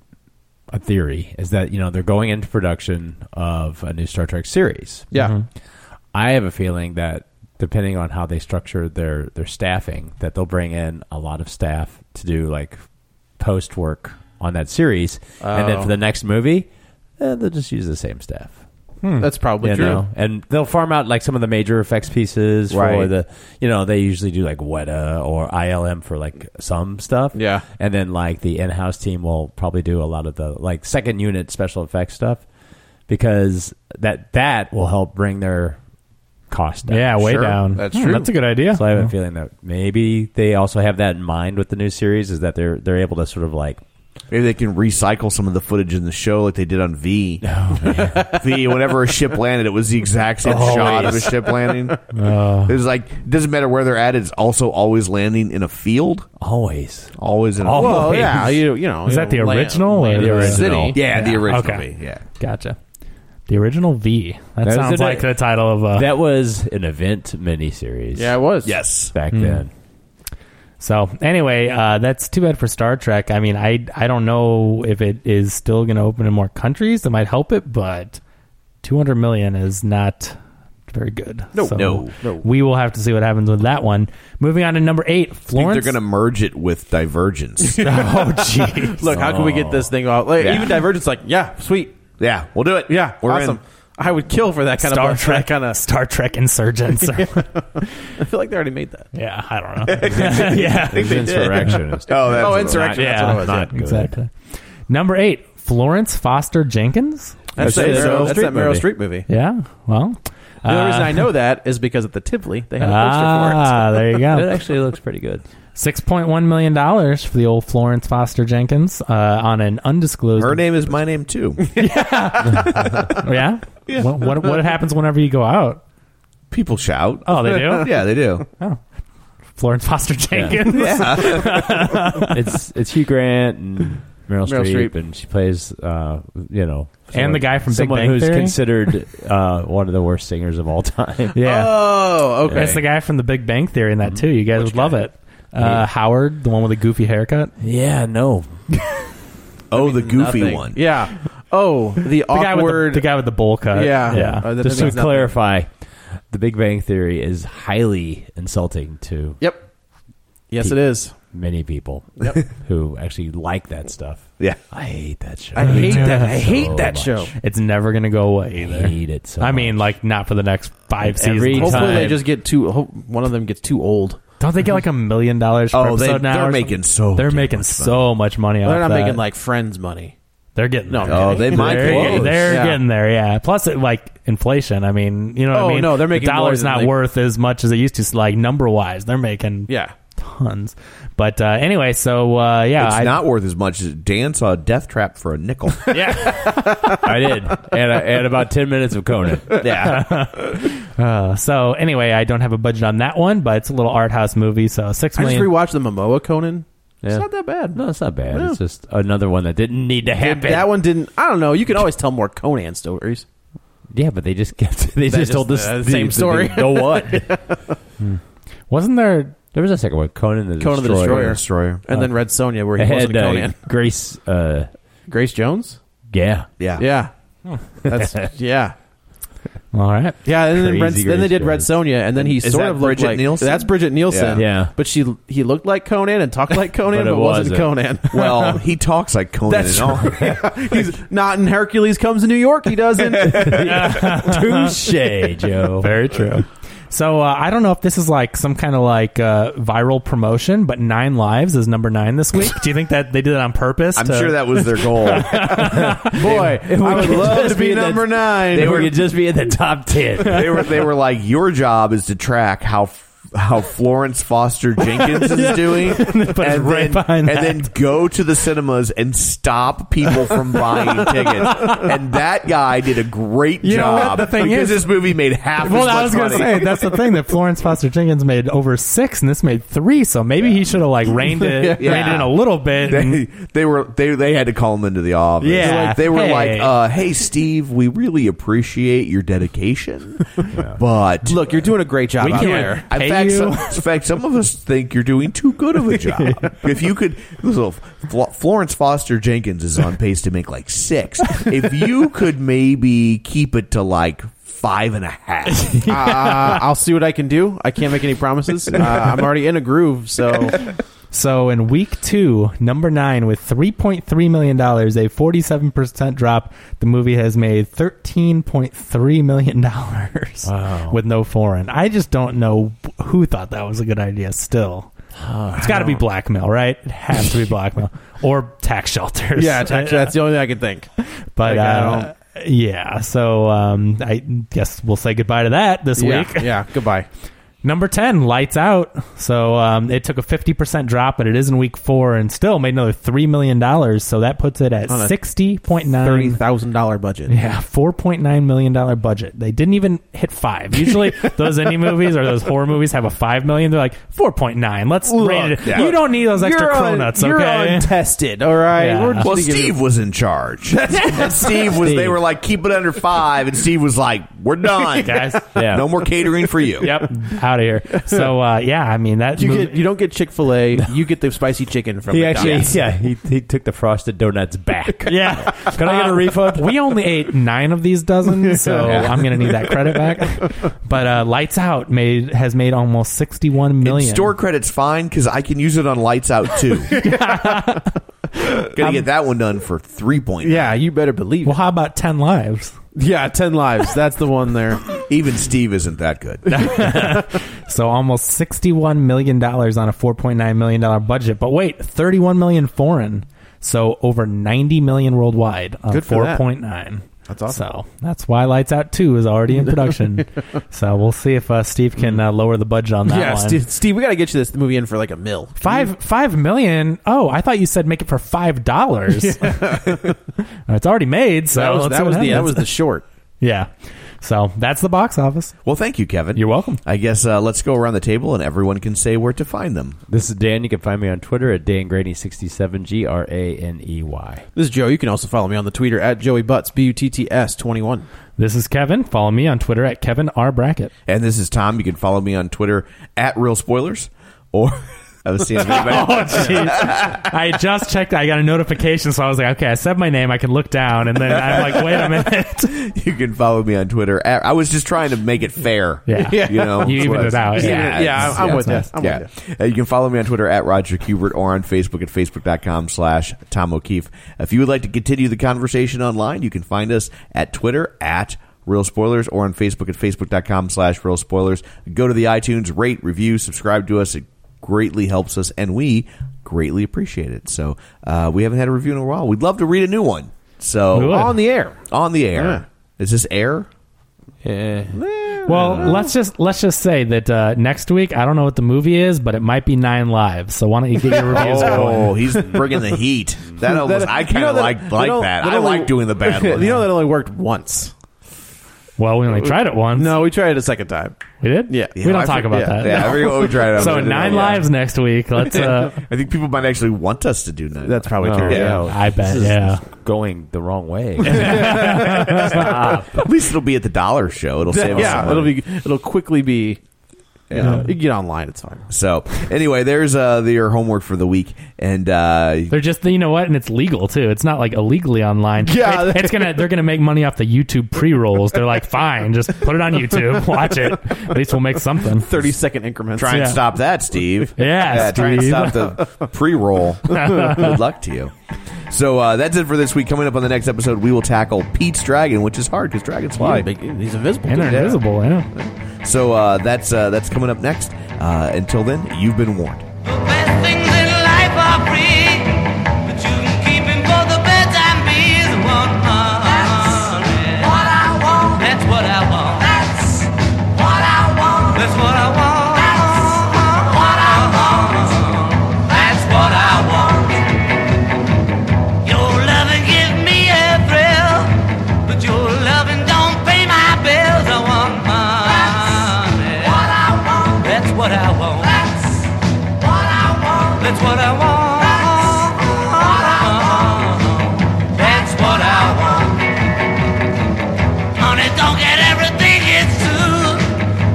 a theory is that you know they're going into production of a new Star Trek series.
yeah.
Mm-hmm.
I have a feeling that depending on how they structure their their staffing, that they'll bring in a lot of staff to do like post work on that series, and then
Oh.
for the next movie, eh, they'll just use the same staff.
Hmm. That's probably
you
true.
know, and they'll farm out like some of the major effects pieces for
Right.
the you know they usually do like Weta or ILM for like some stuff.
Yeah.
and then like the in-house team will probably do a lot of the like second unit special effects stuff because that that will help bring their cost down.
Yeah, way
Sure.
down.
That's
Hmm,
true.
That's a good idea. Hmm.
So I have a feeling that maybe they also have that in mind with the new series is that they're they're able to sort of like
Maybe they can recycle some of the footage in the show like they did on V.
Oh,
v, whenever a ship landed, it was the exact same shot of a ship landing.
Oh.
it was like, it doesn't matter where they're at, it's also always landing in a field.
always
Always in a
Oh,
field.
Well, yeah, you, you know,
Is
you
that
know,
the
land-
original or
land
the
in a
original?
city.
Yeah, the original
Okay.
V. Yeah.
Gotcha. The original V. That,
That's
sounds
a-
like the title of a.
that was an event miniseries.
Yeah, it was.
Yes.
back then.
So anyway, uh, that's too bad for Star Trek. I mean, I I don't know if it is still going to open in more countries. That might help it, but 200 million is not very good.
No, no, no.
We will have to see what happens with that one. Moving on to number eight,
I think
Florence.
they're going to merge it with Divergence.
oh jeez.
Look, how can we get this thing off? Like,
Yeah.
Even Divergent's like, yeah, sweet,
yeah, we'll do it.
yeah,
we're
awesome. I would kill for that kind
Star
of
Trek,
Kind of,
Star Trek Insurgents.
I feel like they already made that.
yeah, I don't know. yeah,
It was insurrectionist.
in. Oh, that's what
oh,
it was.
insurrection.
yeah,
that's what it was.
not
yeah.
exactly. Number eight, Florence Foster Jenkins.
That's
That's, that
it.
Meryl,
Meryl
that's
Streep
that Meryl
movie.
Streep movie.
Yeah, well.
The only reason I know that is because at the Tivoli they had a poster
ah, there you go.
It actually looks pretty good.
Six point one million dollars for the old Florence Foster Jenkins uh, on an undisclosed.
Her name is my name, too.
Yeah. What, what what happens whenever you go out?
People shout.
Oh, they do?
yeah, they do.
Florence Foster Jenkins.
it's it's Hugh Grant and Meryl,
Meryl
Streep,
Streep.
and she plays uh, you know
And the guy from Big
someone
Bang
who's
Theory?
considered uh, one of the worst singers of all time.
Yeah.
Oh, okay.
That's the guy from The Big Bang Theory in that too. You guys would love it. Uh, Howard, the one with the goofy haircut.
yeah, no,
Oh, the goofy
Nothing.
one.
Yeah. Oh, the,
guy with
awkward-
the, guy with the bowl cut.
Yeah.
yeah.
Uh, that
Just to
means nothing.
clarify, The Big Bang Theory is highly insulting to.
Yep. Yes, it is.
Many people who actually like that stuff.
Yeah,
I hate that show.
I hate that- I hate
so
that
much.
show. It's never going to go away either. I
hate it so
I mean, like, not for the next five seasons.
Every
Hopefully they just get too. Hope one of them gets too old.
Don't they get like a million dollars per
Oh, they-
episode now?
they're
or something?
making so
They're
damn
making
much
so much money
They're
off
not
that.
making like friends money.
They're getting
no.
there.
I'm kidding.
they're,
They're-
They're
yeah.
getting there, yeah. Plus, it, like inflation. I mean, you know what
Oh,
I mean?
no, they're
The
making more
dollars
than,
not
like-
worth as much as they used to. So, like number wise, they're making
yeah
tons. But uh, anyway, so uh, yeah,
it's
I,
not worth as much. as Dan saw a death trap for a nickel.
I did, and I, and about ten minutes of Conan.
yeah.
Uh, so anyway, I don't have a budget on that one, but it's a little art house movie. So six
I just
million.
rewatched the Momoa Conan.
Yeah.
It's not that bad.
No, it's not bad.
No.
It's just another one that didn't need to happen.
That one didn't. I don't know. You can always tell more Conan stories.
yeah, but they just kept. They just,
They just-
told this
uh, same story.
The, the one Hmm. wasn't there? There was a second one, Conan the
Conan the
Destroyer.
Destroyer,
Destroyer.
and then Red Sonja, where
It
he wasn't
had uh,
Conan.
Grace. Uh,
Grace Jones.
yeah,
Yeah.
Yeah, that's yeah,
All right.
yeah. And then, Red,
Crazy
then they did Red
Grace
Sonja, and then he
Is
sort
that
of looked
Bridget
like
Nielsen?
that's Bridget Nielsen.
Yeah. Yeah.
but she he looked like Conan and talked like
But
Conan, but,
it
wasn't,
wasn't.
Conan.
Well, he talks like Conan
That's
and all.
He's not in Hercules comes to New York. He doesn't.
touche, Joe.
Very true. So uh, I don't know if this is like some kind of like uh, viral promotion, but Nine Lives is number nine this week. Do you think that they did it on purpose?
I'm
to-
sure that was their goal.
Boy, I would
could
love
just
to be
be that-
number nine.
They were could just be in the top ten.
they were they were like, your job is to track how f- how Florence Foster Jenkins is doing, and,
it's right behind
and
that.
then go to the cinemas and stop people from buying tickets. And that guy did a great
You know
job
what the thing
because
is-
this movie made half. as
Well, I
much
was going to
money.
say that's the thing that Florence Foster Jenkins made over six, and this made three. So maybe he should have like reined it,
Yeah.
reined in a little bit. and-
they they were they they had to call him into the office.
Mm-hmm. Yeah.
Like, they were
Hey.
like, uh, "Hey, Steve, we really appreciate your dedication, but
Look, you're doing a great job.
We
out
can't-
there.
in
Pay
fact,
you.
some, in fact, some of us think you're doing too good of a job. If you could, so Fl- Florence Foster Jenkins is on pace to make like six. If you could maybe keep it to like five and a half,
uh, I'll see what I can do. I can't make any promises. Uh, I'm already in a groove, so
So in week two, number nine, with three point three million dollars, a forty-seven percent drop, the movie has made thirteen point three million dollars with no foreign. I just don't know who thought that was a good idea. Still, it's got to be blackmail, right? It has to be blackmail or tax shelters.
yeah, that's, that's the only thing I can think.
but
Like, I
uh, yeah. So um, I guess we'll say goodbye to that this
Yeah,
week.
yeah. Goodbye.
Number 10, Lights Out. So um, it took a 50% drop, but it is in week four and still made another $3 million. So that puts it at
On a Oh, Thirty
60.9.
thousand dollar budget.
Yeah, $4.9 million budget. They didn't even hit five. Usually those indie movies or those horror movies have a $5 million. They're like, 4.9. Let's rate it. You don't need those extra
You're un-
cronuts,
You're
okay?
untested. All right.
Yeah.
We're just
well,
gonna give
Steve
you-
was in charge. And Steve was. They were like, keep it under five, and Steve was like, "We're done,
Guys,
yeah.
No more catering for you."
yep, out of here. So, uh, yeah, I mean, that.
You
movie-
get. You don't get Chick Fil A. You get the spicy chicken from.
He actually,
McDonald's.
yeah, he, he took the frosted donuts back.
Yeah.
Can I get a refund?
We only ate nine of these dozen, so I'm gonna need that credit back. But uh, Lights Out made has made almost sixty one
And
million.
store credit's fine because I can use it on lights out too. Gonna get that one done for three point.
Yeah, you better believe.
well,
It.
how about ten lives?
Yeah, ten lives. That's the one there.
Even Steve isn't that good.
So almost sixty one million dollars on a four point nine million dollar budget. But wait, thirty one million foreign. So over ninety million worldwide on
Good for
four
that.
point nine.
That's awesome.
So that's why Lights Out Two is already in production. so we'll see if uh, Steve can uh, lower the budget on that
yeah,
one.
Steve, Steve, we got to get you this movie in for like a mill.
Five five million. Oh, I thought you said make it for five dollars. it's already made, so
that was,
let's
that
see
was
what
the that
happens.
was the short.
yeah. So that's the box office.
Well, thank you, Kevin.
You're welcome.
I guess uh, let's go around the table and everyone can say where to find them.
This is Dan. You can find me on Twitter at DanGraney67, G R A N E Y.
This is Joe. You can also follow me on the Twitter at Joey Butts B U T T S twenty one.
This is Kevin. Follow me on Twitter at Kevin R Brackett.
And this is Tom. You can follow me on Twitter at Real Spoilers or I was seeing if anybody-
Oh, jeez. I just checked. I got a notification, so I was like, okay, I said my name. I can look down, and then I'm like, wait a minute.
You can follow me on Twitter. at- I was just trying to make it fair.
Yeah.
You know,
You
that's what
evened
I was-
it out. Yeah.
Yeah.
Yeah,
it's-
I'm- I'm with
it's
ya. I'm
yeah. Uh, you can follow me on Twitter at Roger Kubert or on Facebook at facebook.com slash Tom O'Keefe. If you would like to continue the conversation online, you can find us at Twitter at Real Spoilers or on Facebook at facebook.com slash Real Spoilers. Go to the iTunes, rate, review, subscribe to us. It greatly helps us and we greatly appreciate it. So uh, we haven't had a review in a while. We'd love to read a new one.
We
So
would. On the air.
On the air.
Yeah.
Is this air?
Yeah.
Well, let's just let's just say that uh, next week I don't know what the movie is, but it might be Nine Lives. So why don't you get your reviews
Oh,
going?
he's bringing the heat. That almost, I
you
kind
know
of like
you know,
like that. I
only-
like doing the bad one.
You know that only worked once.
Well, we only tried it once.
No, we tried it a second time.
We did.
Yeah.
we don't talk about that.
Yeah, I forget what we tried.
So Nine Lives next week. Let's. Uh,
I think people might actually want us to do nine.
That's probably
Oh,
true.
yeah.
I bet. Yeah.
Going the wrong way.
at least it'll be at the dollar show. It'll save us.
yeah,
some
it'll
money.
be it'll quickly be. You know, you can get online. It's fine.
So anyway, there's uh your homework for the week, and uh
They're just you know what, and it's legal too. It's not like illegally online.
Yeah.
It- it's gonna they're gonna make money off the YouTube pre rolls. They're like, fine, just put it on YouTube, watch it. At least we'll make something.
Thirty second increments.
try and
Yeah.
stop that, Steve.
Yeah,
try and
Steve.
stop the pre-roll. Good luck to you. So uh, that's it for this week. Coming up on the next episode, we will tackle Pete's dragon, which is hard because dragons fly.
Yeah, big- he's invisible.
And they're
Yeah.
invisible. Yeah.
So uh, that's uh, that's coming up next. Uh, until then, you've been warned.
best things in life are free, but you can keep him for the bedtime bees. One That's what I want. That's what I want. That's what I want. That's what I want. That's what I want. That's what I want. Your loving gives me a thrill, but your loving don't pay my bills. I want That's what I want. That's what I want. That's that's what I want. That's what I want. Money don't get everything it's true,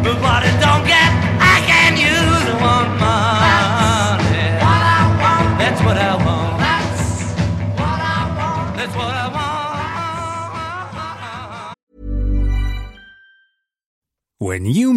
but what it don't get, I can use. I want money. That's what I want. That's what I want. That's what I want.
When you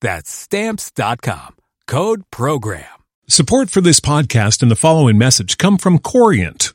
That's Stamps.com. Code PROGRAM.
Support for this podcast and the following message come from Corient.